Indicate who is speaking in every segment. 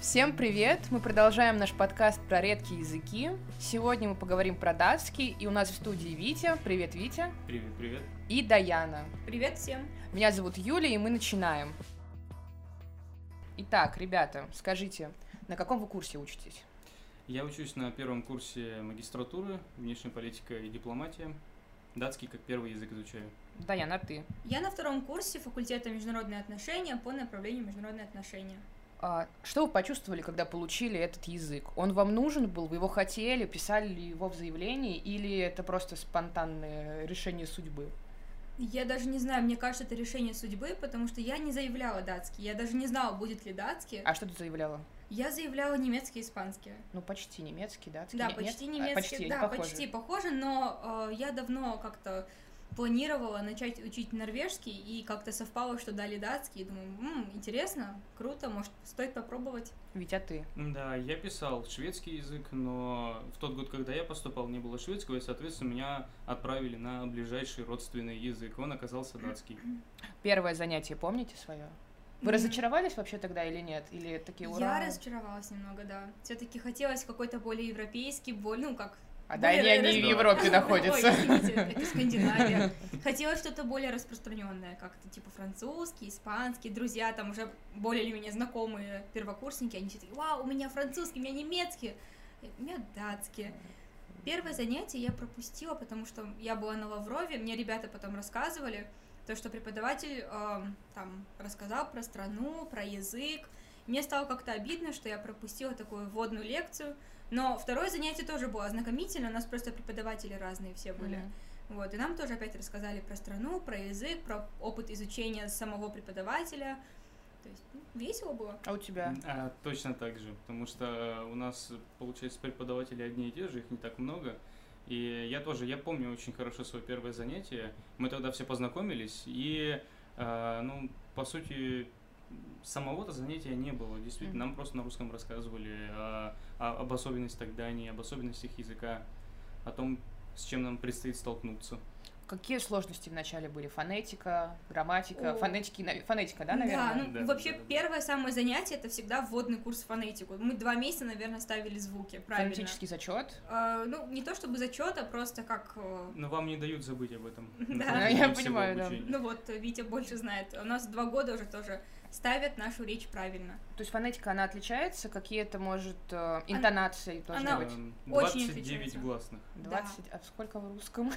Speaker 1: Всем привет! Мы продолжаем наш подкаст про редкие языки. Сегодня мы поговорим про датский, и у нас в студии Витя. Привет, Витя.
Speaker 2: Привет, привет.
Speaker 1: И Даяна.
Speaker 3: Привет всем!
Speaker 1: Меня зовут Юлия, и мы начинаем. Итак, ребята, скажите, на каком вы курсе учитесь?
Speaker 2: Я учусь на первом курсе магистратуры, внешняя политика и дипломатия. Датский как первый язык изучаю.
Speaker 1: Даяна, а ты?
Speaker 3: Я на втором курсе факультета международные отношения по направлению международные отношения.
Speaker 1: А, что вы почувствовали, когда получили этот язык? Он вам нужен был? Вы его хотели? Писали ли его в заявлении? Или это просто спонтанное решение судьбы?
Speaker 3: Я даже не знаю, мне кажется, это решение судьбы, потому что я не заявляла датский. Я даже не знала, будет ли датский.
Speaker 1: А что ты заявляла?
Speaker 3: Я заявляла немецкий и испанский.
Speaker 1: ну, почти немецкий, да? Ты
Speaker 3: Да,
Speaker 1: не-
Speaker 3: почти
Speaker 1: нет? А,
Speaker 3: немецкий.
Speaker 1: Почти,
Speaker 3: да,
Speaker 1: не похоже.
Speaker 3: почти похоже, но э, я давно как-то планировала начать учить норвежский, и как-то совпало, что дали датский. И думаю, «М, интересно, круто, может, стоит попробовать.
Speaker 1: Витя, ты?
Speaker 2: Да, я писал шведский язык, но в тот год, когда я поступал, не было шведского, и, соответственно, меня отправили на ближайший родственный язык. Он оказался датский.
Speaker 1: Первое занятие помните свое? Вы
Speaker 3: М,
Speaker 1: разочаровались вообще тогда или нет? Или такие ура?
Speaker 3: Я разочаровалась немного, да. Все-таки хотелось какой-то более европейский, более, ну как...
Speaker 1: А
Speaker 3: более
Speaker 1: да, они, они
Speaker 3: раз-
Speaker 1: в
Speaker 2: Да.
Speaker 1: Европе
Speaker 3: Ой,
Speaker 1: находятся.
Speaker 3: извините, это Скандинавия. Хотелось что-то более распространенное, как-то типа французский, испанский. Друзья там уже более или менее знакомые первокурсники, они все такие, вау, у меня французский, у меня немецкий, у меня датский. Первое занятие я пропустила, потому что я была на Лаврове, мне ребята потом рассказывали, то, что преподаватель эм, там рассказал про страну, про язык. Мне стало как-то обидно, что я пропустила такую вводную лекцию, но второе занятие тоже было ознакомительно, у нас просто преподаватели разные все были.
Speaker 1: Мгм.
Speaker 3: Вот, и нам тоже опять рассказали про страну, про язык, про опыт изучения самого преподавателя. То есть ну, весело было.
Speaker 1: А у тебя?
Speaker 2: А, точно так же, потому что у нас, получается, преподаватели одни и те же, их не так много. И я тоже, я помню очень хорошо свое первое занятие. Мы тогда все познакомились, и, а, ну, по сути, самого-то занятия не было. Действительно, нам просто на русском рассказывали о- о- об особенностях Дании, об особенностях языка, о том, с чем нам предстоит столкнуться.
Speaker 1: Какие сложности вначале были? Фонетика, грамматика,
Speaker 3: О.
Speaker 1: фонетики, нав- фонетика, да,
Speaker 3: да,
Speaker 1: наверное?
Speaker 3: ну
Speaker 2: Да,
Speaker 3: вообще
Speaker 2: да, да, да.
Speaker 3: первое самое занятие это всегда вводный курс в фонетику. Мы два месяца, наверное, ставили звуки, правильно.
Speaker 1: Фонетический зачет.
Speaker 3: Э, ну, не то чтобы зачет, а просто как. э,
Speaker 2: Но вам не дают забыть об этом.
Speaker 3: Да.
Speaker 2: на
Speaker 3: Да,
Speaker 2: протяжении
Speaker 1: я
Speaker 2: всего
Speaker 1: понимаю, да.
Speaker 2: обучения.
Speaker 3: Ну вот, э, Витя больше знает. У нас два года уже тоже ставят нашу речь правильно.
Speaker 1: То есть фонетика, она отличается? Какие-то, может, э, интонации должны
Speaker 3: она-
Speaker 1: быть?
Speaker 2: Эм,
Speaker 3: очень
Speaker 2: 29
Speaker 3: отличается.
Speaker 2: гласных.
Speaker 1: 20, а сколько в русском?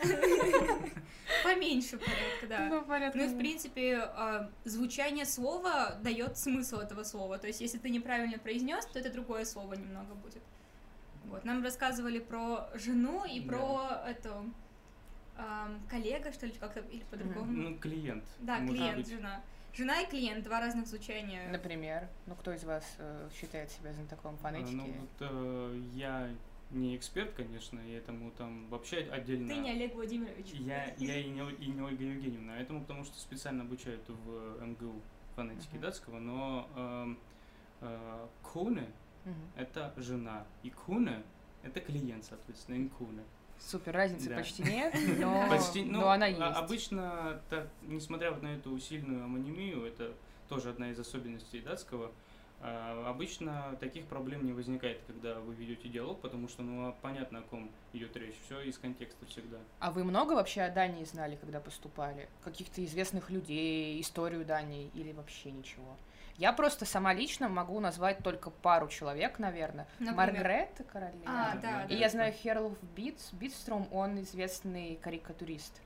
Speaker 3: Поменьше порядка, да.
Speaker 1: Ну, понятно.
Speaker 3: Ну и, в принципе, э, звучание слова дает смысл этого слова. То есть, если ты неправильно произнес, то это другое слово немного будет. Вот, нам рассказывали про жену и
Speaker 2: Да.
Speaker 3: про эту эм, коллега, что ли, как-то, или по-другому.
Speaker 2: Ну, клиент.
Speaker 3: да,
Speaker 2: может
Speaker 3: клиент,
Speaker 2: быть.
Speaker 3: жена. Жена и клиент, два разных звучания.
Speaker 1: Например, ну кто из вас э, считает себя знатоком
Speaker 2: А,
Speaker 1: фонетики?
Speaker 2: Ну, вот э, я не эксперт, конечно, и этому там вообще отдельно...
Speaker 3: Ты не Олег Владимирович.
Speaker 2: Я, я и, не, Ол- и не Ольга Евгеньевна, а этому потому что специально обучают в МГУ фонетики
Speaker 1: Мгм.
Speaker 2: датского, но эм, э, куне
Speaker 1: Мгм.
Speaker 2: это жена, и куне — это клиент, соответственно, инкуне.
Speaker 1: Супер, разницы
Speaker 2: Да.
Speaker 1: почти нет, но,
Speaker 2: Почти, ну,
Speaker 1: но она
Speaker 2: а-
Speaker 1: есть.
Speaker 2: Обычно, так, несмотря вот на эту сильную амонимию, это тоже одна из особенностей датского, а, обычно таких проблем не возникает, когда вы ведете диалог, потому что ну, а понятно, о ком идет речь. Все из контекста всегда.
Speaker 1: А вы много вообще о Дании знали, когда поступали? Каких-то известных людей, историю Дании или вообще ничего? Я просто сама лично могу назвать только пару человек, наверное.
Speaker 3: Например?
Speaker 1: Маргрета Королева.
Speaker 3: А, да,
Speaker 1: И
Speaker 3: да.
Speaker 1: я знаю Херлов Битс, Битстром, он известный карикатурист.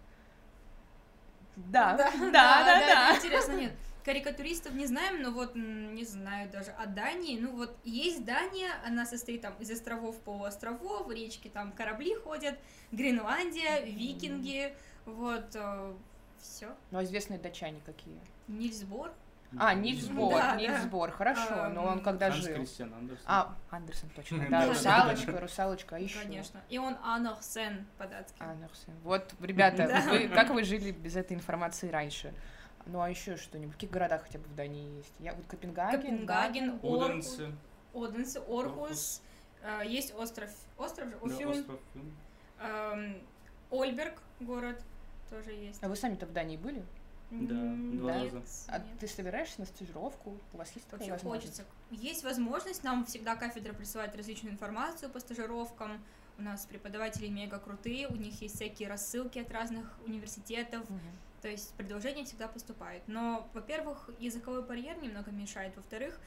Speaker 1: Да, да, да, да.
Speaker 3: это Интересно, нет. Карикатуристов не знаем, но вот м, не знаю даже о Дании. Ну вот есть Дания, она состоит там из островов, полуостровов, речки там корабли ходят, Гренландия, викинги, вот э, все.
Speaker 1: Но известные датчане какие?
Speaker 3: Нильсбор.
Speaker 2: Ну,
Speaker 1: А, Нильс
Speaker 3: Да,
Speaker 1: Бор,
Speaker 3: да.
Speaker 1: Нильс Бор, хорошо, но он
Speaker 3: Эм,
Speaker 1: когда
Speaker 2: Ханс
Speaker 1: жил.
Speaker 2: Кристиан Андерсен.
Speaker 1: А, Андерсон, точно, да,
Speaker 2: Да,
Speaker 3: да, да.
Speaker 1: русалочка, русалочка, а еще.
Speaker 3: Конечно. И он Анорсен по-датски.
Speaker 1: Андерсон. А, ну, Вот, ребята,
Speaker 3: Да.
Speaker 1: вы- как вы жили без этой информации раньше? Ну а еще что-нибудь? В каких городах хотя бы в Дании есть? Я вот Копенгаген.
Speaker 3: Копенгаген, Орхус,
Speaker 2: Оденсе.
Speaker 3: Оденсе, Орхус, э, есть остров, остров же,
Speaker 2: Да,
Speaker 3: Офюн,
Speaker 2: остров Фюн.
Speaker 3: эм, Ольберг город тоже есть.
Speaker 1: да. А вы сами-то в Дании были?
Speaker 2: Да,
Speaker 3: М,
Speaker 2: два
Speaker 3: нет,
Speaker 2: раза.
Speaker 1: А
Speaker 3: нет.
Speaker 1: ты собираешься на стажировку? У вас есть такая
Speaker 3: Вообще
Speaker 1: возможность?
Speaker 3: хочется. Есть возможность, нам всегда кафедра присылает различную информацию по стажировкам. У нас преподаватели мега крутые, у них есть всякие рассылки от разных университетов.
Speaker 1: Мгм.
Speaker 3: То есть предложения всегда поступают. Но, во-первых, языковой барьер немного мешает. Во-вторых,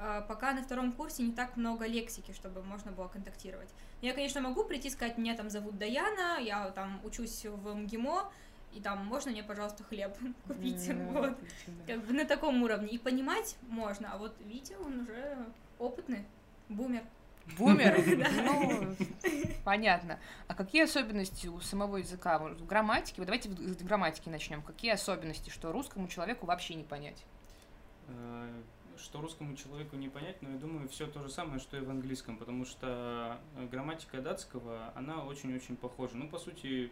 Speaker 3: э, пока на втором курсе не так много лексики, чтобы можно было контактировать. Я, конечно, могу прийти и сказать, меня там зовут Даяна, я там учусь в МГИМО, и там можно мне, пожалуйста, хлеб купить.
Speaker 1: Ну,
Speaker 3: Вот.
Speaker 1: отлично, да.
Speaker 3: Как бы на таком уровне. И понимать можно, а вот Витя, он уже опытный бумер.
Speaker 1: Бумер? Ну, понятно. А какие особенности у самого языка? Вот В грамматике, вот давайте в- с грамматики начнем. Какие особенности, что русскому человеку вообще не понять?
Speaker 2: Э, Что русскому человеку не понять, но я думаю, все то же самое, что и в английском, потому что э, грамматика датского, она очень-очень похожа. Ну, по сути,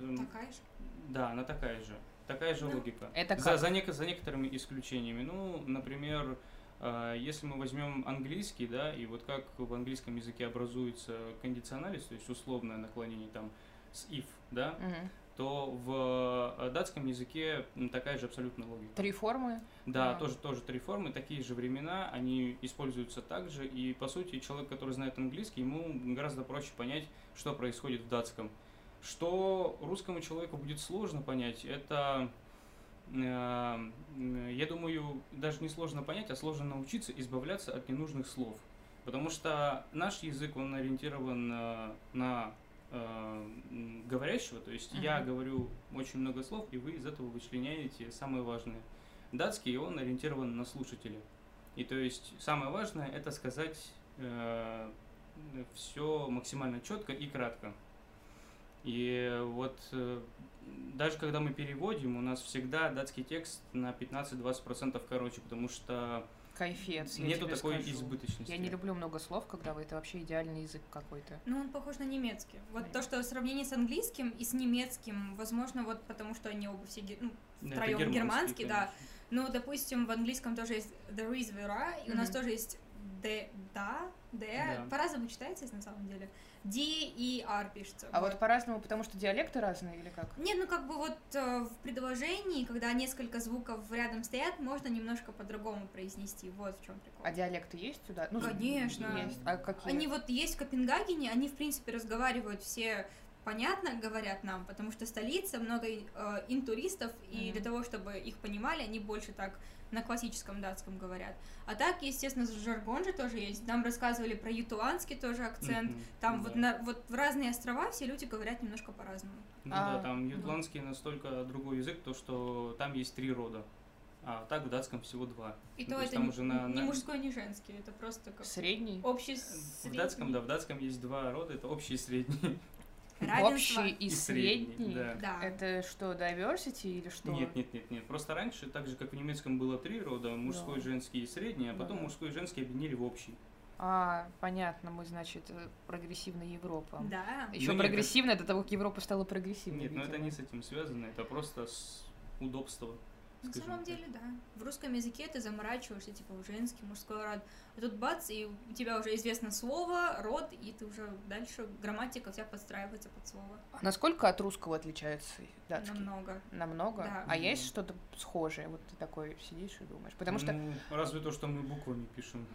Speaker 2: эм,
Speaker 3: Такая же.
Speaker 2: да, она такая же. Такая же
Speaker 3: Ну,
Speaker 2: логика.
Speaker 1: это
Speaker 2: за,
Speaker 1: как?
Speaker 2: за, неко- за некоторыми исключениями. Ну, например, э, если мы возьмем английский, да, и вот как в английском языке образуется кондиционалис, то есть условное наклонение там с if, да,
Speaker 1: Мгм.
Speaker 2: то в э, датском языке м, такая же абсолютно логика.
Speaker 1: Три формы?
Speaker 2: Да,
Speaker 1: Да.
Speaker 2: тоже тоже три формы, такие же времена, они используются также, и по сути человек, который знает английский, ему гораздо проще понять, что происходит в датском. Что русскому человеку будет сложно понять, это, э, м, я думаю, даже не сложно понять, а сложно научиться избавляться от ненужных слов, потому что наш язык он ориентирован э, на э, м, говорящего, то есть я
Speaker 1: Мгм.
Speaker 2: говорю очень много слов, и вы из этого вычленяете самые важные. Датский, он ориентирован на слушателя. И то есть самое важное это сказать все максимально четко и кратко. И вот э, даже когда мы переводим, у нас всегда датский текст на 15-20% короче, потому что
Speaker 1: Кайфец, я
Speaker 2: нету
Speaker 1: тебе
Speaker 2: такой
Speaker 1: скажу.
Speaker 2: избыточности.
Speaker 1: Я не люблю много слов, когда вы это вообще идеальный язык какой-то.
Speaker 3: Ну, он похож на немецкий. Вот то, что сравнение с английским и с немецким, возможно, вот потому что они оба все ге- ну,
Speaker 2: Да, это
Speaker 3: втроем германский, да.
Speaker 2: конечно.
Speaker 3: Ну, допустим, в английском тоже есть there is vera, и у нас
Speaker 1: Мгм.
Speaker 3: тоже есть de, да, de,
Speaker 2: Да.
Speaker 3: по-разному читается на самом деле. D и R пишется.
Speaker 1: А вот по-разному, потому что диалекты разные или как?
Speaker 3: Не, ну как бы вот э, в предложении, когда несколько звуков рядом стоят, можно немножко по-другому произнести. Вот в чем прикол.
Speaker 1: А диалекты есть сюда? Ну,
Speaker 3: Конечно.
Speaker 1: Есть. А какие?
Speaker 3: Они вот есть в Копенгагене, они в принципе разговаривают все понятно, говорят нам, потому что столица, много и- э, интуристов, и
Speaker 1: Мгм.
Speaker 3: для того, чтобы их понимали, они больше так на классическом датском говорят. А так, естественно, жаргон же тоже есть. Нам рассказывали про ютуанский тоже акцент.
Speaker 2: Мгм. Ну
Speaker 3: Там
Speaker 2: Да.
Speaker 3: вот, на, вот в разные острова все люди говорят немножко по-разному.
Speaker 2: Ну
Speaker 1: А, ну.
Speaker 2: да, там ютландский настолько другой язык, то что там есть три рода. А так в датском всего два.
Speaker 3: И
Speaker 2: Ну,
Speaker 3: то
Speaker 2: то есть
Speaker 3: это
Speaker 2: там
Speaker 3: не,
Speaker 2: уже на-
Speaker 3: не
Speaker 2: на-
Speaker 3: мужской, не женский, это просто как
Speaker 1: Средний?
Speaker 3: общий
Speaker 2: В датском, да, в датском есть два рода, это общий и средний.
Speaker 3: равенство.
Speaker 1: Общий и, средний?
Speaker 2: да.
Speaker 3: Да.
Speaker 1: Это что, diversity или что?
Speaker 2: Нет, нет, нет, нет. Просто раньше, так же как в немецком было три рода, мужской,
Speaker 1: Да.
Speaker 2: женский и средний, а
Speaker 1: Ну
Speaker 2: потом
Speaker 1: да.
Speaker 2: мужской и женский объединили в общий.
Speaker 1: А, понятно, мы, значит, э, прогрессивная Европа.
Speaker 3: Да.
Speaker 1: Еще
Speaker 2: Ну, нет,
Speaker 1: прогрессивная до того, как Европа стала прогрессивной.
Speaker 2: Нет, но это
Speaker 1: видимо.
Speaker 2: не с этим связано, это просто с удобства.
Speaker 3: На
Speaker 2: скажем
Speaker 3: самом
Speaker 2: так.
Speaker 3: деле, да. В русском языке ты заморачиваешься, типа, в женский, мужской род. А тут бац, и у тебя уже известно слово, род, и ты уже дальше, грамматика вся подстраивается под слово.
Speaker 1: А Насколько от русского отличается датский?
Speaker 3: Намного.
Speaker 1: Намного?
Speaker 3: Да.
Speaker 1: А есть
Speaker 2: Мгм.
Speaker 1: что-то схожее? Вот ты такой сидишь и думаешь. Потому что
Speaker 2: Ну, разве то, что мы буквами пишем.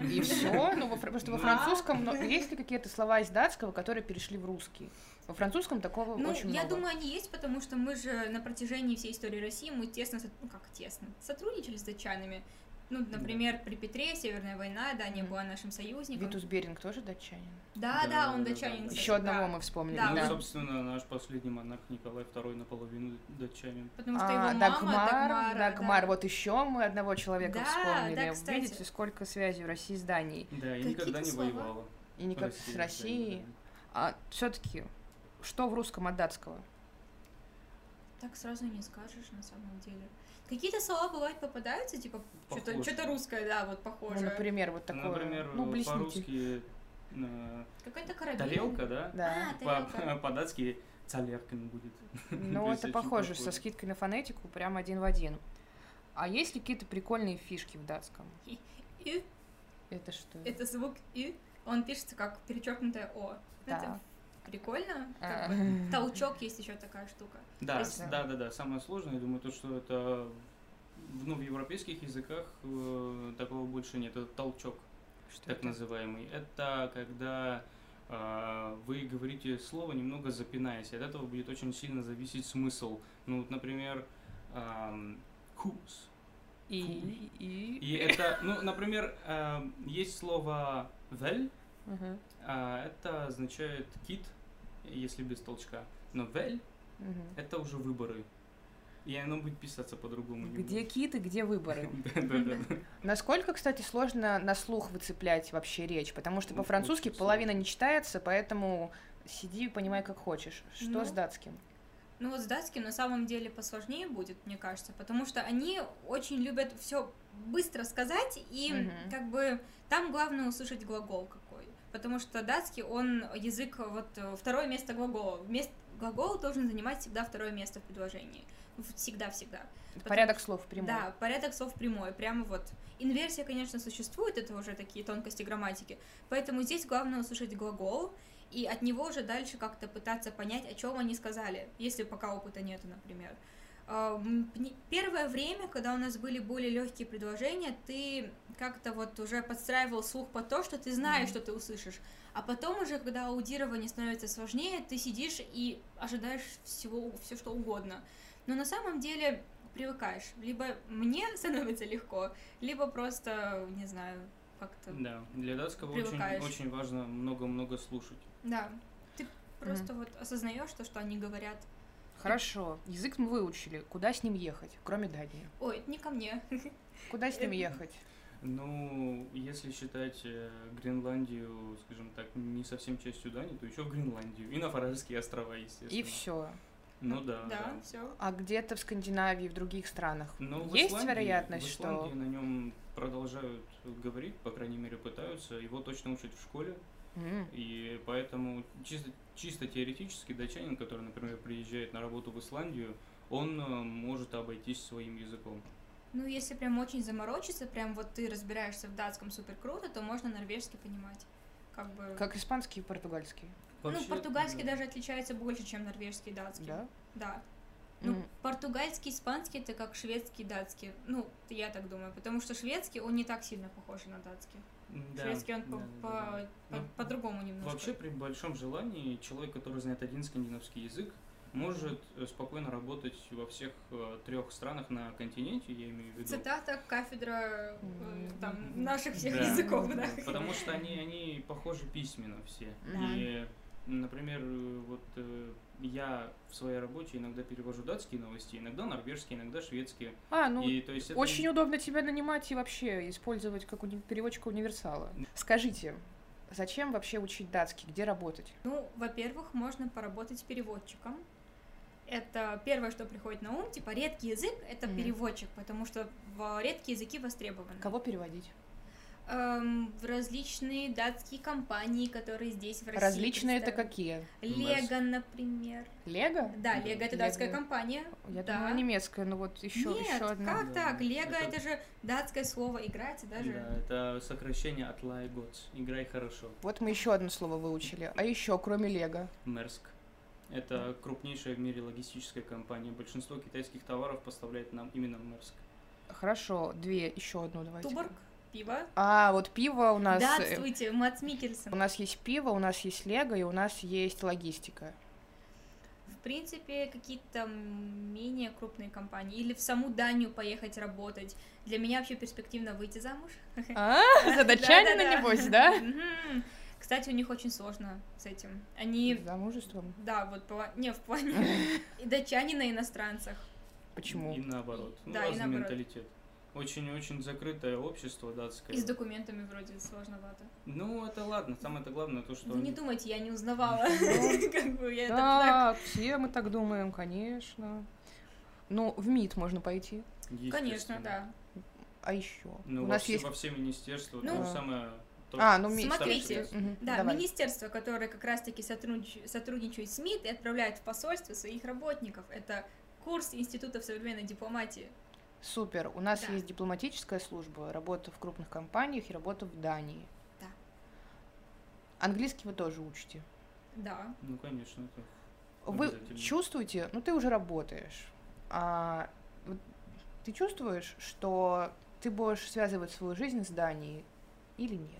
Speaker 1: и все, ну, во фра- потому что во
Speaker 2: Да.
Speaker 1: французском но- есть ли какие-то слова из датского, которые перешли в русский? Во французском такого
Speaker 3: Ну,
Speaker 1: очень
Speaker 3: я
Speaker 1: много.
Speaker 3: думаю, они есть, потому что мы же на протяжении всей истории России, мы тесно, со- ну как тесно, сотрудничали с датчанами. Ну, например, при Петре Северная война, Дания
Speaker 1: Мгм.
Speaker 3: была нашим союзником.
Speaker 1: Витус Беринг тоже датчанин?
Speaker 3: Да, да,
Speaker 2: Да,
Speaker 3: он
Speaker 2: да, да,
Speaker 3: датчанин.
Speaker 2: да.
Speaker 3: Ну, кстати,
Speaker 1: Еще
Speaker 3: да.
Speaker 1: одного мы вспомнили.
Speaker 3: Да,
Speaker 2: ну,
Speaker 3: он-
Speaker 2: собственно, наш последний монарх Николай II наполовину датчанин.
Speaker 3: Потому что
Speaker 1: А,
Speaker 3: его мама
Speaker 1: Дагмар,
Speaker 3: Дагмара, да.
Speaker 1: Дагмар. вот еще мы одного человека
Speaker 3: Да,
Speaker 1: вспомнили.
Speaker 3: да, кстати.
Speaker 1: Видите, сколько связей России с Данией.
Speaker 2: Да, и
Speaker 3: Какие-то
Speaker 2: никогда не
Speaker 3: слова.
Speaker 2: воевала.
Speaker 1: И никак
Speaker 2: Россия,
Speaker 1: с
Speaker 2: да,
Speaker 1: Россией.
Speaker 2: никогда.
Speaker 1: А все-таки, что в русском от датского?
Speaker 3: Так сразу не скажешь, на самом деле. Какие-то слова бывают попадаются, типа, что-то,
Speaker 2: Похоже.
Speaker 3: что-то русское, да, вот
Speaker 1: Ну,
Speaker 3: похоже.
Speaker 1: например, вот такое.
Speaker 2: Например,
Speaker 1: ну, блесните.
Speaker 2: по-русски э,
Speaker 3: Какой-то корабель.
Speaker 2: тарелка, да?
Speaker 1: Да.
Speaker 3: А,
Speaker 2: По-
Speaker 3: тарелка.
Speaker 2: По-датски цалеркин будет.
Speaker 1: Ну,
Speaker 2: То есть
Speaker 1: это
Speaker 2: очень
Speaker 1: похоже, со
Speaker 2: похоже.
Speaker 1: скидкой на фонетику, прям один в один. А есть ли какие-то прикольные фишки в датском?
Speaker 3: И
Speaker 1: Это что?
Speaker 3: это звук и, он пишется как перечеркнутое о.
Speaker 1: Да.
Speaker 3: Это прикольно.
Speaker 1: А.
Speaker 3: как бы. Толчок есть еще такая штука.
Speaker 2: Да,
Speaker 1: Есть,
Speaker 2: с-
Speaker 1: да.
Speaker 2: да, да, да. Самое сложное, я думаю, то, что это в- ну, в европейских языках э, такого больше нет. Это толчок,
Speaker 1: Что
Speaker 2: так
Speaker 1: это?
Speaker 2: называемый. Это когда э, вы говорите слово, немного запинаясь, и от этого будет очень сильно зависеть смысл. Ну, вот, например, эм, «кус».
Speaker 1: И, и, и-
Speaker 2: И это, ну, например, эм, есть слово «вель»,
Speaker 1: Мгм,
Speaker 2: а это означает «кит», если без толчка. Но «вель»
Speaker 1: мгм.
Speaker 2: Это уже выборы. И оно будет писаться по-другому. не
Speaker 1: Где
Speaker 2: будет.
Speaker 1: киты, где выборы?
Speaker 2: Да-да-да.
Speaker 1: Насколько, кстати, сложно на слух выцеплять вообще речь? Потому что
Speaker 2: Ну,
Speaker 1: по-французски
Speaker 2: очень сложно.
Speaker 1: половина не читается, поэтому сиди и понимай, как хочешь. Что
Speaker 3: Ну.
Speaker 1: с датским?
Speaker 3: Ну вот с датским на самом деле посложнее будет, мне кажется, потому что они очень любят все быстро сказать, и
Speaker 1: Мгм.
Speaker 3: как бы там главное услышать глагол какой. Потому что датский, он язык, вот э, второе место глагола. Вместо глагол должен занимать всегда второе место в предложении. Всегда-всегда. Потому
Speaker 1: Порядок слов прямой.
Speaker 3: Да, порядок слов прямой, прямо вот. Инверсия, конечно, существует, это уже такие тонкости грамматики, поэтому здесь главное услышать глагол, и от него уже дальше как-то пытаться понять, о чем они сказали, если пока опыта нету, например. А, м, пни- Первое время, когда у нас были более легкие предложения, ты как-то вот уже подстраивал слух по то, что ты
Speaker 1: Мгм.
Speaker 3: знаешь, что ты услышишь. А потом уже, когда аудирование становится сложнее, ты сидишь и ожидаешь всего, все что угодно. Но на самом деле привыкаешь. Либо мне становится легко, либо просто, не знаю, как-то...
Speaker 2: Да, для датского очень,
Speaker 3: Привыкаешь.
Speaker 2: очень важно много-много слушать.
Speaker 3: Да. Ты просто вот осознаешь то, что они говорят.
Speaker 1: Хорошо. Язык мы выучили. Куда с ним ехать, кроме Дании?
Speaker 3: Ой, это не ко мне.
Speaker 1: Куда с ним
Speaker 3: Э,
Speaker 1: ехать?
Speaker 2: Ну, если считать э, Гренландию, скажем так, не совсем частью Дании, то еще Гренландию. И на Фарерские острова, естественно.
Speaker 1: И все.
Speaker 2: Ну да.
Speaker 3: Да,
Speaker 2: да.
Speaker 3: все.
Speaker 1: А где-то в Скандинавии, в других странах
Speaker 2: Но Ну, в
Speaker 1: есть
Speaker 2: Исландии-
Speaker 1: вероятность,
Speaker 2: в
Speaker 1: что
Speaker 2: Исландии на нем продолжают говорить, по крайней мере, пытаются. Его точно учат в школе.
Speaker 1: М,
Speaker 2: И поэтому чисто, чисто теоретически датчанин, который, например, приезжает на работу в Исландию, он э, может обойтись своим языком.
Speaker 3: Ну, если прям очень заморочиться, прям вот ты разбираешься в датском супер круто, то можно норвежский понимать. Как бы...
Speaker 1: как испанский и португальский,
Speaker 3: Ну,
Speaker 2: Вообще,
Speaker 3: португальский
Speaker 2: да.
Speaker 3: даже отличается больше, чем норвежский и датский.
Speaker 1: да?
Speaker 3: Да. Ну,
Speaker 1: М,
Speaker 3: португальский, испанский это как шведский, датский. Ну, я так думаю, потому что шведский, он не так сильно похож на датский.
Speaker 2: Да,
Speaker 3: шведский, он по-
Speaker 2: да, да,
Speaker 3: по-
Speaker 2: да.
Speaker 3: по-
Speaker 2: Ну,
Speaker 3: по-другому немножко.
Speaker 2: Вообще, при большом желании, человек, который знает один скандинавский язык, может э, спокойно работать во всех трех странах на континенте, я имею в виду.
Speaker 3: Цитата, кафедра э, там, наших всех
Speaker 2: Да.
Speaker 3: языков, да.
Speaker 2: Потому что они, они похожи письменно все.
Speaker 1: Да.
Speaker 2: И, например, э, вот э, я в своей работе иногда перевожу датские новости, иногда норвежские, иногда шведские.
Speaker 1: А, ну
Speaker 2: и, то есть это
Speaker 1: Очень удобно тебя нанимать и вообще использовать как уни- переводчика универсала. Скажите, зачем вообще учить датский? Где работать?
Speaker 3: Ну, во-первых, можно поработать переводчиком. Это первое, что приходит на ум. Типа редкий язык — это
Speaker 1: Мгм.
Speaker 3: переводчик, потому что в- редкие языки востребованы.
Speaker 1: Кого переводить?
Speaker 3: Эм, в различные датские компании, которые здесь в России.
Speaker 1: Различные это
Speaker 3: представлены.
Speaker 1: какие?
Speaker 3: Лего, например.
Speaker 1: Лего?
Speaker 3: Да,
Speaker 2: Да.
Speaker 3: Лего это
Speaker 1: Лего.
Speaker 3: датская компания.
Speaker 1: Я
Speaker 3: да.
Speaker 1: думала, немецкая, ну вот еще,
Speaker 3: Нет,
Speaker 1: еще одна.
Speaker 3: как так?
Speaker 2: Да,
Speaker 3: Лего
Speaker 2: это-
Speaker 3: это... же датское слово играть,
Speaker 2: Да,
Speaker 3: даже.
Speaker 2: это сокращение от Lie Gods. Играй хорошо.
Speaker 1: Вот мы еще одно слово выучили. А еще, кроме Лего.
Speaker 2: Мерск. Это крупнейшая в мире логистическая компания. Большинство китайских товаров поставляет нам именно Мерск.
Speaker 1: Хорошо, две, еще одну давайте.
Speaker 3: Туборг, пиво.
Speaker 1: А, вот пиво у нас... э,
Speaker 3: Здравствуйте, Мац Микельсон.
Speaker 1: У нас есть пиво, у нас есть Лего и у нас есть логистика.
Speaker 3: В принципе, какие-то м, менее крупные компании. Или в саму Данию поехать работать. Для меня вообще перспективно выйти замуж.
Speaker 1: А, за датчанина,
Speaker 3: Да-да-да.
Speaker 1: небось, да?
Speaker 3: Мгм. Кстати, у них очень сложно с этим. Они,
Speaker 1: Замужеством?
Speaker 3: да, вот, пла- не, в плане и датчане на иностранцах.
Speaker 1: Почему?
Speaker 2: И наоборот. Ну,
Speaker 3: Да, и
Speaker 2: разный
Speaker 3: наоборот.
Speaker 2: менталитет. Очень-очень закрытое общество датское.
Speaker 3: И с документами вроде сложновато.
Speaker 2: Ну, это ладно. Самое то главное то, что...
Speaker 3: Вы не
Speaker 2: они-
Speaker 3: думайте, я не узнавала. Как бы я это так.
Speaker 1: Да, все мы так думаем, конечно. Ну, в МИД можно пойти.
Speaker 3: Конечно,
Speaker 2: Естественно.
Speaker 3: да.
Speaker 1: А еще.
Speaker 2: Ну,
Speaker 1: У
Speaker 2: во
Speaker 1: нас
Speaker 2: все-
Speaker 1: есть.
Speaker 2: во все министерства
Speaker 3: Ну,
Speaker 2: то же самое... то-
Speaker 1: А, ну, ми-
Speaker 3: Смотрите,
Speaker 2: Старший
Speaker 1: Мгм,
Speaker 3: Да,
Speaker 1: давай.
Speaker 3: министерство, которое как раз-таки сотруднич- сотрудничает с МИД и отправляет в посольство своих работников. Это курс Института современной дипломатии.
Speaker 1: Супер. У нас
Speaker 3: Да.
Speaker 1: есть дипломатическая служба, работа в крупных компаниях и работа в Дании.
Speaker 3: Да.
Speaker 1: Английский вы тоже учите.
Speaker 3: Да.
Speaker 2: Ну, конечно, это
Speaker 1: Вы
Speaker 2: Обязательно.
Speaker 1: чувствуете, ну ты уже работаешь, а вот ты чувствуешь, что ты будешь связывать свою жизнь с Данией или нет?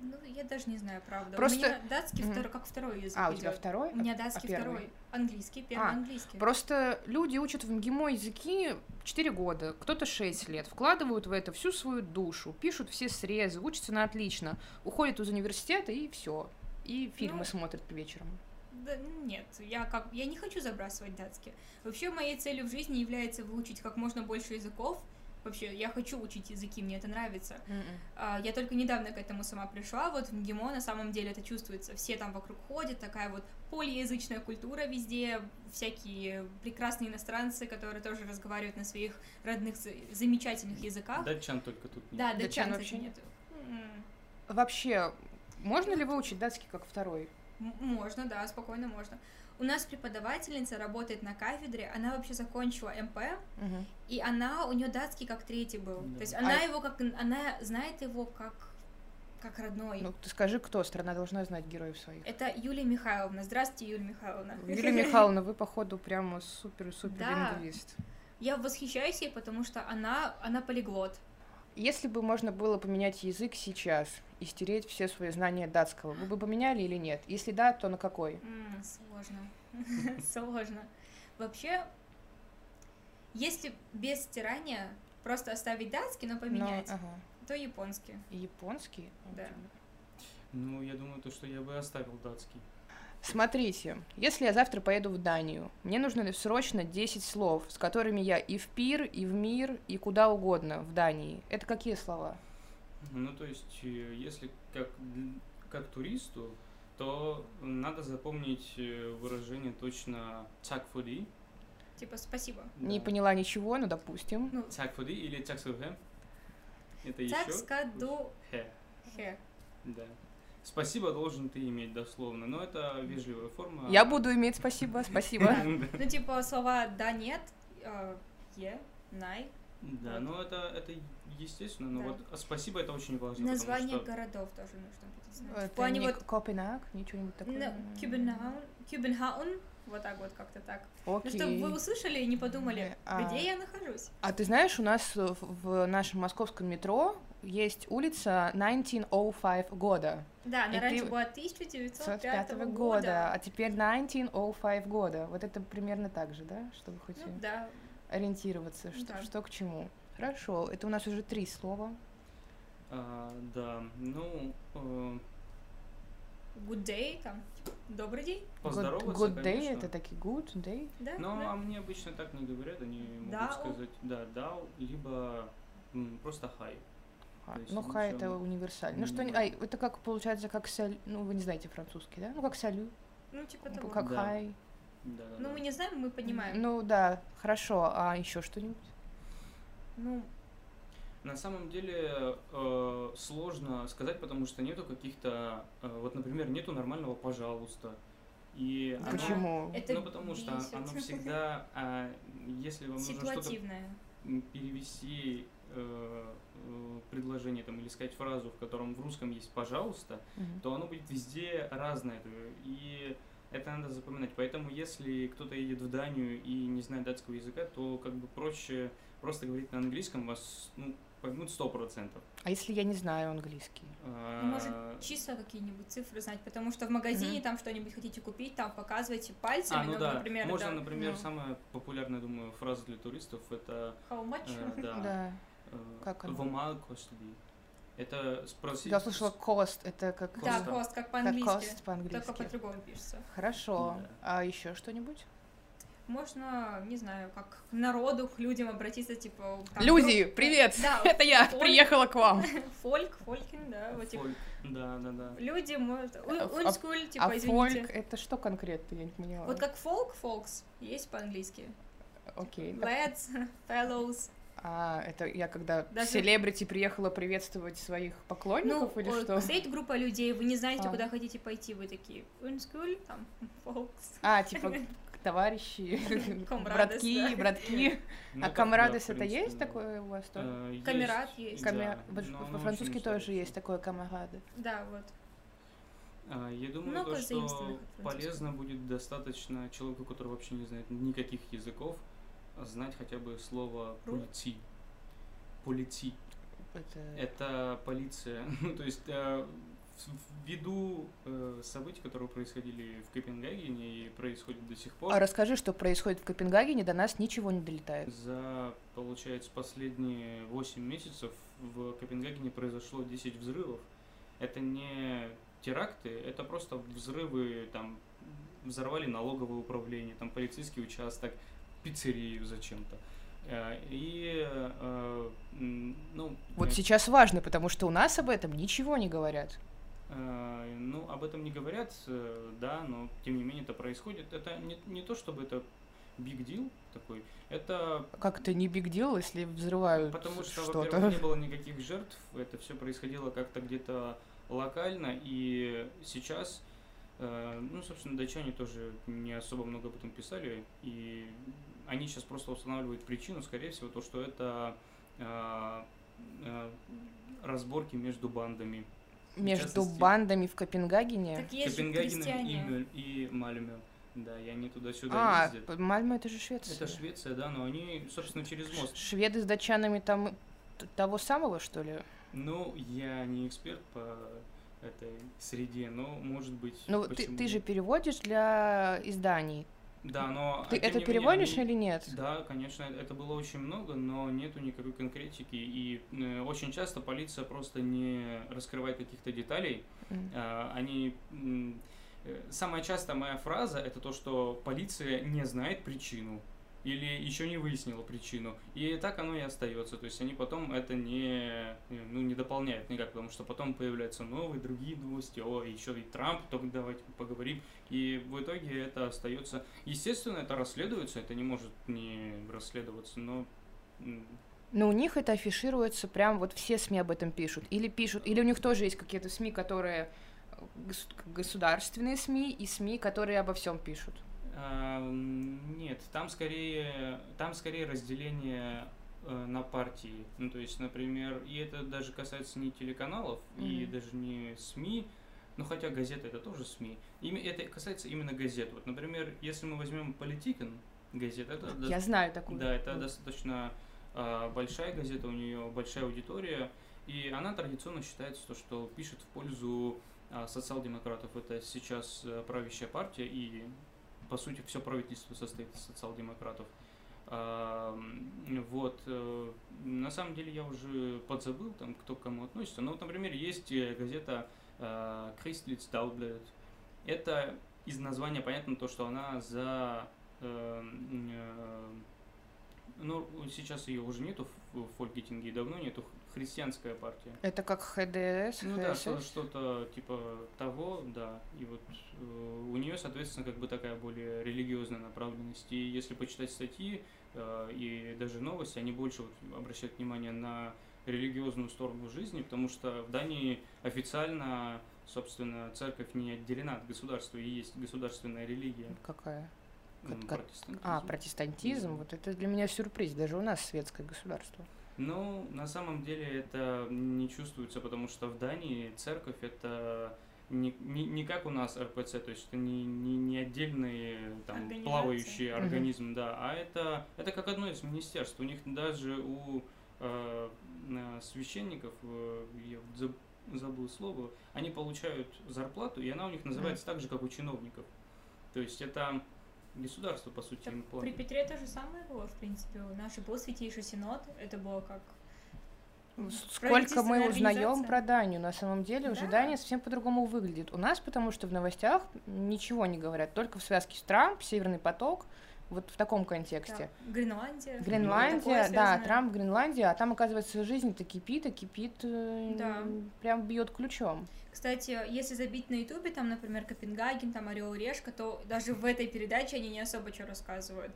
Speaker 3: Ну, я даже не знаю, правда.
Speaker 1: Просто-
Speaker 3: У меня датский
Speaker 1: Мгм.
Speaker 3: второй, как второй язык
Speaker 1: А, у
Speaker 3: идёт.
Speaker 1: тебя второй?
Speaker 3: У меня датский
Speaker 1: первый?
Speaker 3: второй, английский, первый
Speaker 1: А,
Speaker 3: английский.
Speaker 1: Просто люди учат в МГИМО языки 4 года, кто-то 6 лет, вкладывают в это всю свою душу, пишут все срезы, учатся на отлично, уходят из университета и все. И фильмы
Speaker 3: Ну.
Speaker 1: смотрят вечером.
Speaker 3: Да, нет, я как я не хочу забрасывать датский. Вообще моей целью в жизни является выучить как можно больше языков. Вообще, я хочу учить языки, мне это нравится. А, Я только недавно к этому сама пришла, вот в МГИМО на самом деле это чувствуется, все там вокруг ходят, такая вот полиязычная культура везде, всякие прекрасные иностранцы, которые тоже разговаривают на своих родных за- замечательных языках.
Speaker 2: датчан только тут нет.
Speaker 3: Да,
Speaker 1: Да чан
Speaker 3: датчан, кстати,
Speaker 1: вообще нет.
Speaker 3: нету. М-м. М,
Speaker 1: Вообще, можно ли выучить датский как второй?
Speaker 3: м, Можно, да, спокойно можно. У нас преподавательница работает на кафедре, она вообще закончила МП, и она, у нее датский как третий был.
Speaker 2: Да.
Speaker 3: То есть
Speaker 1: А-
Speaker 3: она его как, она знает его как, как родной.
Speaker 1: Ну, ты скажи, кто? Страна должна знать героев своих.
Speaker 3: Это Юлия Михайловна. Здравствуйте, Юлия Михайловна.
Speaker 1: Юлия Михайловна, вы, походу, прямо супер-супер
Speaker 3: Да.
Speaker 1: лингвист.
Speaker 3: Я восхищаюсь ей, потому что она, она полиглот.
Speaker 1: Если бы можно было поменять язык сейчас и стереть все свои знания датского, вы бы поменяли или нет? Если да, то на какой?
Speaker 3: М, сложно. Сложно. Вообще, если без стирания просто оставить датский, но
Speaker 1: Но,
Speaker 3: поменять,
Speaker 1: ага.
Speaker 3: то японский.
Speaker 1: Японский?
Speaker 3: Да.
Speaker 1: Окей.
Speaker 2: Ну, я думаю, то, что я бы оставил датский.
Speaker 1: Смотрите, если я завтра поеду в Данию, мне нужно срочно 10 слов, с которыми я и в пир, и в мир, и куда угодно в Дании. Это какие слова?
Speaker 2: Ну, то есть, э, если как, дл- как туристу, то надо запомнить э, выражение точно «цакфуди».
Speaker 3: Типа, спасибо.
Speaker 1: Не поняла ничего, ну, допустим.
Speaker 3: Ну,
Speaker 2: «Цакфуди» или «цаксуге». Это еще
Speaker 3: цакскаду
Speaker 2: «хэ».
Speaker 3: хе.
Speaker 2: Да. Спасибо должен ты иметь дословно, но это вежливая форма.
Speaker 1: Я буду иметь спасибо, спасибо.
Speaker 2: Да.
Speaker 3: Ну, типа, слова да, нет, э, е, най.
Speaker 2: Да, ну это, это естественно, но
Speaker 3: Да.
Speaker 2: вот а спасибо это очень важно. потому
Speaker 3: Название
Speaker 2: что-
Speaker 3: городов тоже нужно будет знать.
Speaker 1: Это
Speaker 3: В плане
Speaker 1: не
Speaker 3: вот
Speaker 1: Копенаг, ничего-нибудь такое.
Speaker 3: Ну, Кюбенгаун, Кюбенгаун, вот так вот как-то так. Ну, чтобы
Speaker 1: Окей.
Speaker 3: вы услышали и не подумали,
Speaker 1: А.
Speaker 3: где я нахожусь.
Speaker 1: А ты знаешь, у нас э, в- в нашем московском метро есть улица 1905 года.
Speaker 3: Да,
Speaker 1: И
Speaker 3: она раньше
Speaker 1: ты-
Speaker 3: была
Speaker 1: 1905
Speaker 3: 1905
Speaker 1: года,
Speaker 3: года.
Speaker 1: а теперь 1905 года. Вот это примерно так же, да? Чтобы хоть
Speaker 3: Ну
Speaker 1: и
Speaker 3: да,
Speaker 1: ориентироваться, что,
Speaker 3: Да.
Speaker 1: что к чему. Хорошо, это у нас уже три слова.
Speaker 2: А, да, ну э,
Speaker 3: good day, там, типа, добрый день,
Speaker 1: Good,
Speaker 2: поздороваться,
Speaker 1: good day,
Speaker 2: конечно.
Speaker 1: это такие good day.
Speaker 3: да?
Speaker 2: Ну,
Speaker 3: да.
Speaker 2: а мне обычно так не говорят, они могут
Speaker 3: Дау.
Speaker 2: сказать, да, дал, либо м, просто хай.
Speaker 1: А,
Speaker 2: То есть
Speaker 1: ну,
Speaker 2: это
Speaker 1: хай
Speaker 2: всё
Speaker 1: это универсально. Ну, что,
Speaker 2: м,
Speaker 1: они- ай, это как получается, как салю, ну, вы не знаете французский, да? Ну, как салю,
Speaker 3: Ну, типа того.
Speaker 1: как
Speaker 2: Да.
Speaker 1: хай.
Speaker 2: Да, да,
Speaker 3: Ну,
Speaker 2: да.
Speaker 3: мы не знаем, мы понимаем.
Speaker 1: Ну, да, хорошо, а еще что-нибудь?
Speaker 3: Ну,
Speaker 2: На самом деле э, сложно сказать, потому что нету каких-то, э, вот, например, нету нормального «пожалуйста». И
Speaker 3: Да.
Speaker 2: оно-
Speaker 1: Почему?
Speaker 3: это
Speaker 2: ну, потому что
Speaker 3: бесит.
Speaker 2: оно всегда, а, если вам нужно что-то
Speaker 3: Ситуативное.
Speaker 2: м, перевести э, э, предложение там, или сказать фразу, в котором в русском есть «пожалуйста»,
Speaker 1: Мгм.
Speaker 2: то оно будет везде разное. то И это надо запоминать. Поэтому, если кто-то едет в Данию и не знает датского языка, то как бы проще просто говорить на английском, вас ну, поймут сто процентов. А,
Speaker 1: А если я не знаю английский?
Speaker 3: Ну, Может, числа какие-нибудь цифры знать, потому что в магазине там что-нибудь хотите купить, там показывайте пальцами,
Speaker 2: а, ну
Speaker 3: ну,
Speaker 2: да.
Speaker 3: например,
Speaker 2: Можно,
Speaker 3: да,
Speaker 2: например,
Speaker 3: ну,
Speaker 2: самая популярная, думаю, фраза для туристов это
Speaker 3: how much?
Speaker 2: э, да.
Speaker 1: Да.
Speaker 2: э,
Speaker 1: Как она?
Speaker 2: «Вома костуби». Это спросить.
Speaker 1: Я слышала cost, это как...
Speaker 3: Да,
Speaker 2: Cost.
Speaker 1: как
Speaker 3: кост, как по-английски.
Speaker 1: cost по-английски.
Speaker 3: Только по-другому пишется.
Speaker 1: Хорошо.
Speaker 2: Да.
Speaker 1: А еще что-нибудь?
Speaker 3: Можно, не знаю, как к народу, к людям обратиться, типа... там,
Speaker 1: Люди,
Speaker 3: друг-
Speaker 1: привет!
Speaker 3: Да,
Speaker 1: Это я
Speaker 3: Ой.
Speaker 1: приехала к вам.
Speaker 3: фольк, фолькин, да, вот типа...
Speaker 2: Фольк. Да, да, да.
Speaker 3: Люди, может...
Speaker 1: А ф- а-
Speaker 3: Унскуль,
Speaker 1: А
Speaker 3: типа,
Speaker 1: фольк
Speaker 3: извините.
Speaker 1: это что конкретно? Я не поняла.
Speaker 3: Вот как фолк, фолкс, есть по-английски.
Speaker 1: Окей. так.
Speaker 3: Lads, fellows.
Speaker 1: А, это я когда
Speaker 3: Даже-
Speaker 1: селебрити приехала приветствовать своих поклонников или
Speaker 3: Ну, о,
Speaker 1: что?
Speaker 3: стоит группа людей, вы не знаете,
Speaker 1: А.
Speaker 3: куда хотите пойти, вы такие... Унскуль, там, фолкс.
Speaker 1: А, типа к- товарищи,
Speaker 3: Комрадос,
Speaker 1: братки,
Speaker 3: да.
Speaker 1: братки.
Speaker 2: Ну,
Speaker 1: А
Speaker 2: так, да, в
Speaker 1: камрадес это
Speaker 2: принципе,
Speaker 1: есть
Speaker 2: да.
Speaker 1: такое у вас тоже?
Speaker 2: Э, есть,
Speaker 3: Камерат есть.
Speaker 2: да,
Speaker 1: Камя- вот
Speaker 2: но
Speaker 1: ж-
Speaker 2: оно
Speaker 1: Во
Speaker 2: очень
Speaker 1: французски тоже
Speaker 2: устаревшее.
Speaker 1: есть такое камарады.
Speaker 3: Да, вот.
Speaker 2: А, Я думаю,
Speaker 3: Много
Speaker 2: то, что
Speaker 3: заимствованных от
Speaker 2: полезно будет достаточно человеку, который вообще не знает никаких языков, знать хотя бы слово
Speaker 3: Ру?
Speaker 2: «полици». «Полици».
Speaker 1: Это...
Speaker 2: Это полиция. Ну, то есть э, в- ввиду э, событий, которые происходили в Копенгагене и происходят до сих пор,
Speaker 1: А расскажи, что происходит в Копенгагене, до нас ничего не долетает.
Speaker 2: за, получается, последние 8 месяцев в Копенгагене произошло 10 взрывов. Это не теракты, это просто взрывы, там, взорвали налоговое управление, там, полицейский участок, пиццерию зачем-то. Э, И, э, м, ну...
Speaker 1: Вот
Speaker 2: э,
Speaker 1: сейчас важно, потому что у нас об этом ничего не говорят.
Speaker 2: Э, Ну, об этом не говорят, э, да, но тем не менее это происходит. Это не, не то, чтобы это big deal такой, это
Speaker 1: Как это не биг дел, если взрывают
Speaker 2: потому что, во-первых,
Speaker 1: что-то?
Speaker 2: не было никаких жертв, это все происходило как-то где-то локально, и сейчас, э, ну, собственно, датчане тоже не особо много об этом писали, и они сейчас просто устанавливают причину, скорее всего, то, что это э, э, разборки между бандами.
Speaker 1: Между
Speaker 2: частности-
Speaker 1: бандами в Копенгагене?
Speaker 3: Так есть же
Speaker 2: Копенгагеном и,
Speaker 3: крестьяне.
Speaker 2: Мёль- и Мальме. Да, и они туда-сюда
Speaker 1: А,
Speaker 2: ездят.
Speaker 1: П- Мальме это же Швеция.
Speaker 2: Это Швеция, да, но они, собственно, через
Speaker 1: Ш-
Speaker 2: мост.
Speaker 1: Шведы с датчанами там т- того самого, что ли?
Speaker 2: Ну, я не эксперт по этой среде, но может быть.
Speaker 1: Ну, ты,
Speaker 2: почему
Speaker 1: ты же
Speaker 2: нет.
Speaker 1: переводишь для изданий.
Speaker 2: Да, но.
Speaker 1: Ты
Speaker 2: а тем
Speaker 1: это
Speaker 2: не менее,
Speaker 1: переводишь
Speaker 2: они-
Speaker 1: или нет?
Speaker 2: Да, конечно, э- это было очень много, но нету никакой конкретики. И э, очень часто полиция просто не раскрывает каких-то деталей.
Speaker 1: М.
Speaker 2: Э, Они. м, э, Самая частая моя фраза это то, что полиция не знает причину или еще не выяснила причину. И так оно и остается. То есть они потом это не, э, ну, не дополняют никак, потому что потом появляются новые, другие новости. О, еще и Трамп, только давайте поговорим. И в итоге это остается. Естественно, это расследуется, это не может не расследоваться, но м,
Speaker 1: Но у них это афишируется прям вот все СМИ об этом пишут. Или пишут, или у них тоже есть какие-то СМИ, которые э, гос- государственные СМИ и СМИ, которые обо всем пишут.
Speaker 2: А, м, Нет, там скорее, там скорее разделение э, на партии. Ну, то есть, например, и это даже касается не телеканалов, и
Speaker 1: Мгм.
Speaker 2: даже не СМИ, ну хотя газеты это тоже СМИ. Ими- это касается именно газет. Вот, например, если мы возьмем Политикин газет, это до-
Speaker 1: Я знаю такую.
Speaker 2: да, это
Speaker 1: Ну,
Speaker 2: достаточно а, большая газета, у нее большая аудитория, и она традиционно считается то, что пишет в пользу а, социал-демократов. Это сейчас э, правящая партия, и по сути все правительство состоит из социал-демократов. А, м, вот э, на самом деле я уже подзабыл там кто к кому относится. Но, вот, например, есть э, газета э, Christlich Dagblad. Это из названия понятно то, что она за э, м, э, ну, сейчас ее уже нету в в Фолькетинге, и давно нету Х- христианская партия.
Speaker 1: Это как ХДС,
Speaker 2: Ну да,
Speaker 1: ХСС?
Speaker 2: что- что-то типа того, да. И вот э, у нее, соответственно, как бы такая более религиозная направленность. И если почитать статьи э, и даже новости, они больше вот обращают внимание на религиозную сторону жизни, потому что в Дании официально, собственно, церковь не отделена от государства, и есть государственная религия.
Speaker 1: Какая?
Speaker 2: м,
Speaker 1: Как- А, протестантизм. Вот это для меня сюрприз. Даже у нас светское государство.
Speaker 2: Ну, на самом деле это не чувствуется, потому что в Дании церковь это не, не, не как у нас РПЦ, то есть это не, не, не отдельные там
Speaker 3: Организации.
Speaker 2: плавающие
Speaker 1: Мгм.
Speaker 2: организмы, да, а это, это как одно из министерств. У них даже у э, на священников, э, я вот заб- забыл слово, они получают зарплату, и она у них называется так же, как у чиновников. То есть это государство, по сути,
Speaker 3: Так
Speaker 2: им
Speaker 3: При
Speaker 2: платит.
Speaker 3: Петре то же самое было, в принципе. У нас же был Святейший Синод, это было как...
Speaker 1: Ну, с- Сколько мы
Speaker 3: Правительственная
Speaker 1: узнаем
Speaker 3: организация.
Speaker 1: про Данию, на самом деле уже
Speaker 3: Да.
Speaker 1: Дания совсем по-другому выглядит. У нас, потому что в новостях ничего не говорят, только в связке с Трамп, Северный поток, вот в таком контексте.
Speaker 3: да, Гренландия.
Speaker 1: Гренландия,
Speaker 3: Такое
Speaker 1: да,
Speaker 3: связанное.
Speaker 1: Трамп, Гренландия, а там, оказывается, жизнь-то кипит, а кипит э,
Speaker 3: Да.
Speaker 1: прям бьет ключом.
Speaker 3: Кстати, если забить на Ютубе, там, например, Копенгаген, там Орел и Решка, то даже в этой передаче они не особо что рассказывают.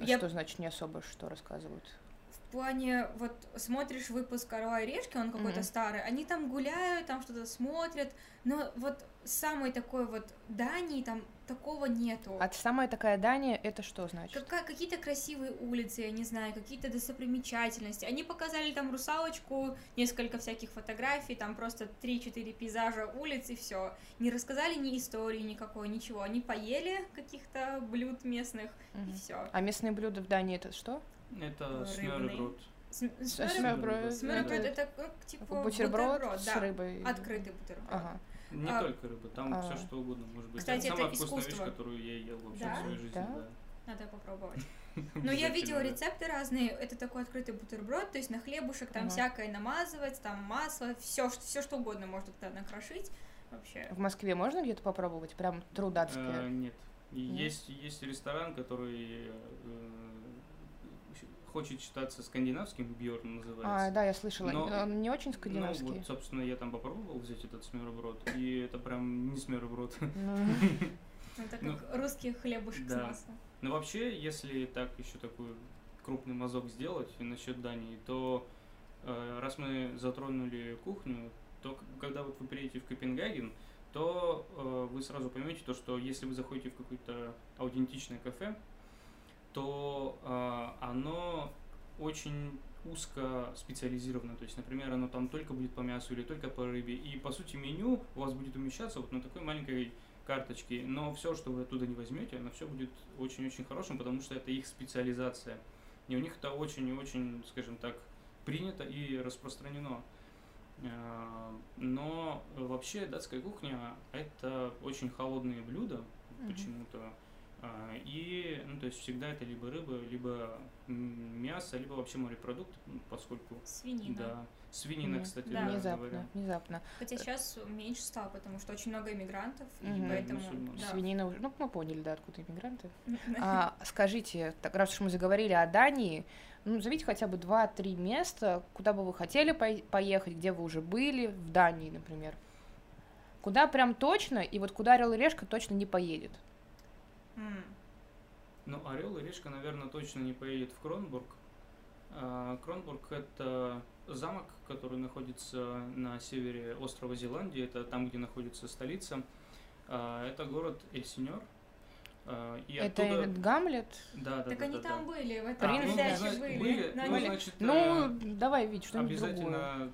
Speaker 3: Я-
Speaker 1: Что значит не особо что рассказывают?
Speaker 3: В- плане, вот смотришь выпуск «Орла и решки», он какой-то
Speaker 1: Мгм.
Speaker 3: старый, они там гуляют, там что-то смотрят, но вот самой такой вот Дании там такого нету.
Speaker 1: А самая такая Дания, это что значит?
Speaker 3: Какая- какие-то красивые улицы, я не знаю, какие-то достопримечательности. Они показали там русалочку, несколько всяких фотографий, там просто 3-4 пейзажа улиц и все. Не рассказали ни истории никакой, ничего. Они поели каких-то блюд местных и
Speaker 1: Мгм.
Speaker 3: все.
Speaker 1: А местные блюда в Дании это что?
Speaker 2: Это
Speaker 3: Рыбный.
Speaker 2: шнёреброд.
Speaker 1: Смёреброд.
Speaker 3: Смерброд
Speaker 1: Да.
Speaker 3: это как, типа
Speaker 1: э, Бутерброд
Speaker 3: бутерброд,
Speaker 1: с
Speaker 3: да.
Speaker 1: рыбой.
Speaker 3: Открытый бутерброд.
Speaker 1: Ага.
Speaker 2: Не
Speaker 3: А,
Speaker 2: только рыба, там
Speaker 1: а.
Speaker 2: все что угодно может быть.
Speaker 3: Кстати,
Speaker 2: это
Speaker 3: это
Speaker 2: самая вкусная
Speaker 3: искусство.
Speaker 2: вещь, которую я ел вообще
Speaker 3: Да?
Speaker 2: в своей жизни.
Speaker 1: Да? Ну,
Speaker 2: Да?
Speaker 3: Надо попробовать. Но я видела
Speaker 2: Обязательно, да.
Speaker 3: рецепты разные. Это такой открытый бутерброд, то есть на хлебушек там
Speaker 1: Ага.
Speaker 3: всякое намазывать, там масло, все, все что угодно можно туда накрошить. Вообще.
Speaker 1: В Москве можно где-то попробовать? Прям
Speaker 2: Э,
Speaker 1: трудацкие.
Speaker 2: Нет. И
Speaker 1: А, Нет?
Speaker 2: Есть, есть ресторан, который э, щ- хочет считаться скандинавским, Бьорн
Speaker 1: А,
Speaker 2: называется.
Speaker 1: да, я слышала.
Speaker 2: Но-
Speaker 1: Но Он не очень
Speaker 2: Ну,
Speaker 1: скандинавский.
Speaker 2: вот, собственно, я там попробовал взять этот смероброд, и это прям не смероброд.
Speaker 1: Ну,
Speaker 3: Ну, так
Speaker 2: Ну,
Speaker 3: как русский хлебушек
Speaker 2: да.
Speaker 3: с маслом.
Speaker 2: Но Ну, вообще, если так еще такой крупный мазок сделать насчет Дании, то э, раз мы затронули кухню, то к- когда вот вы приедете в Копенгаген, то э, вы сразу поймете то, что если вы заходите в какое-то аутентичное кафе, то э, оно очень узко специализировано. То есть, например, оно там только будет по мясу или только по рыбе. И по сути меню у вас будет умещаться вот на такой маленькой карточки, но все, что вы оттуда не возьмете, оно все будет очень-очень хорошим, потому что это их специализация. И у них это очень и очень, скажем так, принято и распространено. Э, Но вообще датская кухня это очень холодные блюда
Speaker 1: Мгм.
Speaker 2: почему-то. А, И, ну, то есть всегда это либо рыба, либо м, мясо, либо вообще морепродукты, м, поскольку...
Speaker 3: Свинина.
Speaker 2: Да. Э. Свинина,
Speaker 1: Мгм.
Speaker 2: кстати,
Speaker 3: Да.
Speaker 2: да,
Speaker 1: Внезапно,
Speaker 2: говоря.
Speaker 1: внезапно.
Speaker 3: Хотя сейчас меньше стало, потому что очень много иммигрантов, и
Speaker 1: Мгм.
Speaker 3: поэтому...
Speaker 2: Мусульман.
Speaker 3: да.
Speaker 1: Свинина уже. Ну, мы поняли, да, откуда иммигранты. А, скажите, так раз уж мы заговорили о Дании, ну, назовите хотя бы два-три места, куда бы вы хотели пой- поехать, где вы уже были, в Дании, например. Куда прям точно, и вот куда Орел и Решка точно не поедет.
Speaker 3: М.
Speaker 2: Ну, Орел и Решка, наверное, точно не поедет в Кронбург. А, Кронбург это замок, который находится на севере острова Зеландии, это там, где находится столица. А, Это город Эльсинер. А, И
Speaker 1: Это
Speaker 2: оттуда...
Speaker 1: Гамлет?
Speaker 2: Да, да,
Speaker 3: так
Speaker 2: да,
Speaker 3: они
Speaker 2: да, да.
Speaker 3: там были, в
Speaker 2: А,
Speaker 3: этом
Speaker 2: ну,
Speaker 1: Принц
Speaker 3: передаче
Speaker 2: значит,
Speaker 3: были.
Speaker 2: были,
Speaker 3: но
Speaker 2: ну,
Speaker 3: они-
Speaker 2: значит,
Speaker 1: Ну,
Speaker 2: э,
Speaker 1: давай, Вить, что-нибудь другое.
Speaker 2: Обязательно,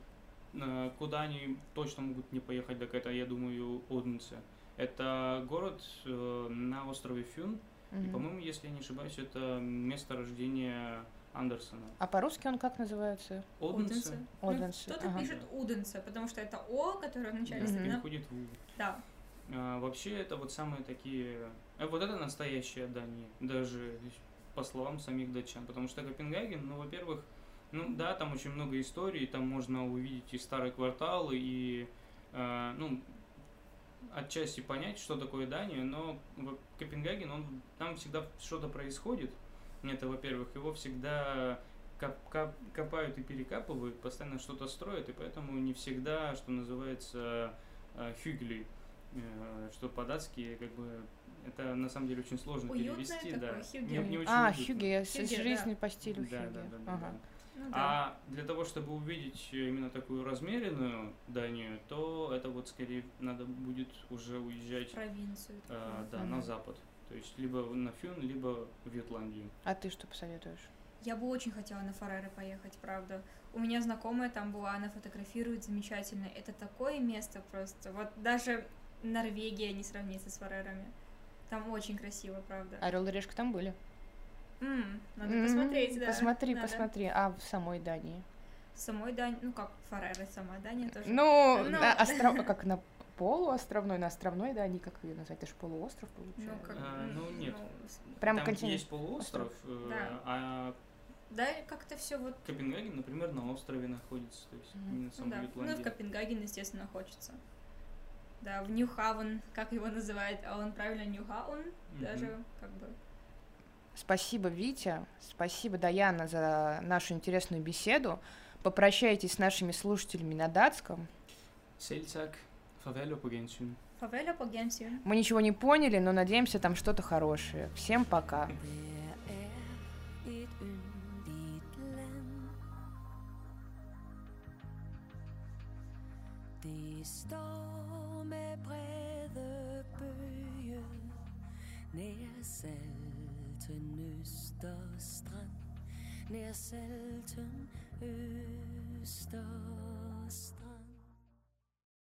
Speaker 2: э, куда они точно могут не поехать, так это, я думаю, Оденсе. Это город э, на острове Фюн, и,
Speaker 1: Мгм.
Speaker 2: по-моему, если я не ошибаюсь, это место рождения Андерсона.
Speaker 1: А по-русски он как называется?
Speaker 2: Оденсе.
Speaker 3: Оденсе. Ну,
Speaker 1: Оденсе.
Speaker 3: Кто-то
Speaker 1: Ага.
Speaker 3: пишет Уденце, потому что это О, которое
Speaker 2: Да,
Speaker 3: вначале
Speaker 1: Мгм.
Speaker 3: стоит.
Speaker 2: переходит в Уг.
Speaker 3: Да.
Speaker 2: А, вообще, это вот самые такие... э, Вот это настоящая Дания, даже по словам самих датчан. Потому что Копенгаген, ну, во-первых, ну, да, там очень много историй, там можно увидеть и старые кварталы, и, э, ну, отчасти понять, что такое Дания, но во- Копенгаген, он, там всегда что-то происходит. Это, во-первых, его всегда коп- коп- копают и перекапывают, постоянно что-то строят, и поэтому не всегда, что называется, э, хюгли, э, что по-датски, как бы, это на самом деле очень сложно
Speaker 3: Уютное
Speaker 2: перевести,
Speaker 3: такое,
Speaker 2: да.
Speaker 3: хюгли.
Speaker 2: Не- не очень
Speaker 1: А,
Speaker 2: уютно.
Speaker 1: Хюге, я с-
Speaker 3: Хюге, да.
Speaker 1: жизнь по стилю
Speaker 2: Да,
Speaker 1: Хюге.
Speaker 2: да, да, да,
Speaker 1: Ага.
Speaker 2: да.
Speaker 3: Ну да.
Speaker 2: А для того, чтобы увидеть именно такую размеренную Данию, то это вот скорее надо будет уже уезжать
Speaker 3: Провинцию.
Speaker 2: э,
Speaker 3: такую.
Speaker 2: да,
Speaker 1: Мгм.
Speaker 2: на запад. То есть либо на Фюн, либо в Ютландию.
Speaker 1: А ты что посоветуешь?
Speaker 3: Я бы очень хотела на Фареры поехать, правда. У меня знакомая там была, она фотографирует замечательно. Это такое место просто. Вот даже Норвегия не сравнится с Фарерами. Там очень красиво, правда.
Speaker 1: Орел и Решка там были.
Speaker 3: М, надо
Speaker 1: М,
Speaker 3: посмотреть, да.
Speaker 1: Посмотри,
Speaker 3: Надо.
Speaker 1: посмотри. А в самой Дании?
Speaker 3: Самой Дань, ну как Фареры, сама Дания тоже.
Speaker 1: Ну,
Speaker 3: Ну.
Speaker 1: на остров, как на полуостровной, на островной Дании, как ее назвать? Это же полуостров
Speaker 3: Ну,
Speaker 1: получается.
Speaker 3: как
Speaker 2: А,
Speaker 3: бы,
Speaker 2: ну, нет.
Speaker 3: с-
Speaker 1: Прям
Speaker 2: Там
Speaker 1: континент.
Speaker 2: есть полуостров, э,
Speaker 3: Да.
Speaker 2: а
Speaker 3: Да, как-то все вот
Speaker 2: Копенгаген, например, на острове находится, то есть
Speaker 1: Мгм.
Speaker 2: не на
Speaker 3: Ну
Speaker 2: самой
Speaker 3: да. Ну, в
Speaker 2: Ютландии.
Speaker 3: Копенгаген, естественно, хочется. Да, в Нью-Хавен, как его называют, а он правильно Нью-Хавен,
Speaker 2: Мгм.
Speaker 3: даже как бы.
Speaker 1: Спасибо, Витя. Спасибо, Даяна, за нашу интересную беседу. Попрощайтесь с нашими слушателями на датском.
Speaker 2: Сельцак, фавелю Пугенчин.
Speaker 3: Фавеля по Генсию.
Speaker 1: Мы ничего не поняли, но надеемся, там что-то хорошее. Всем пока.
Speaker 4: Det er et yndigt land Tristan mebredde bøge nær Salten Østerstrand, nær Salten Østerstrand.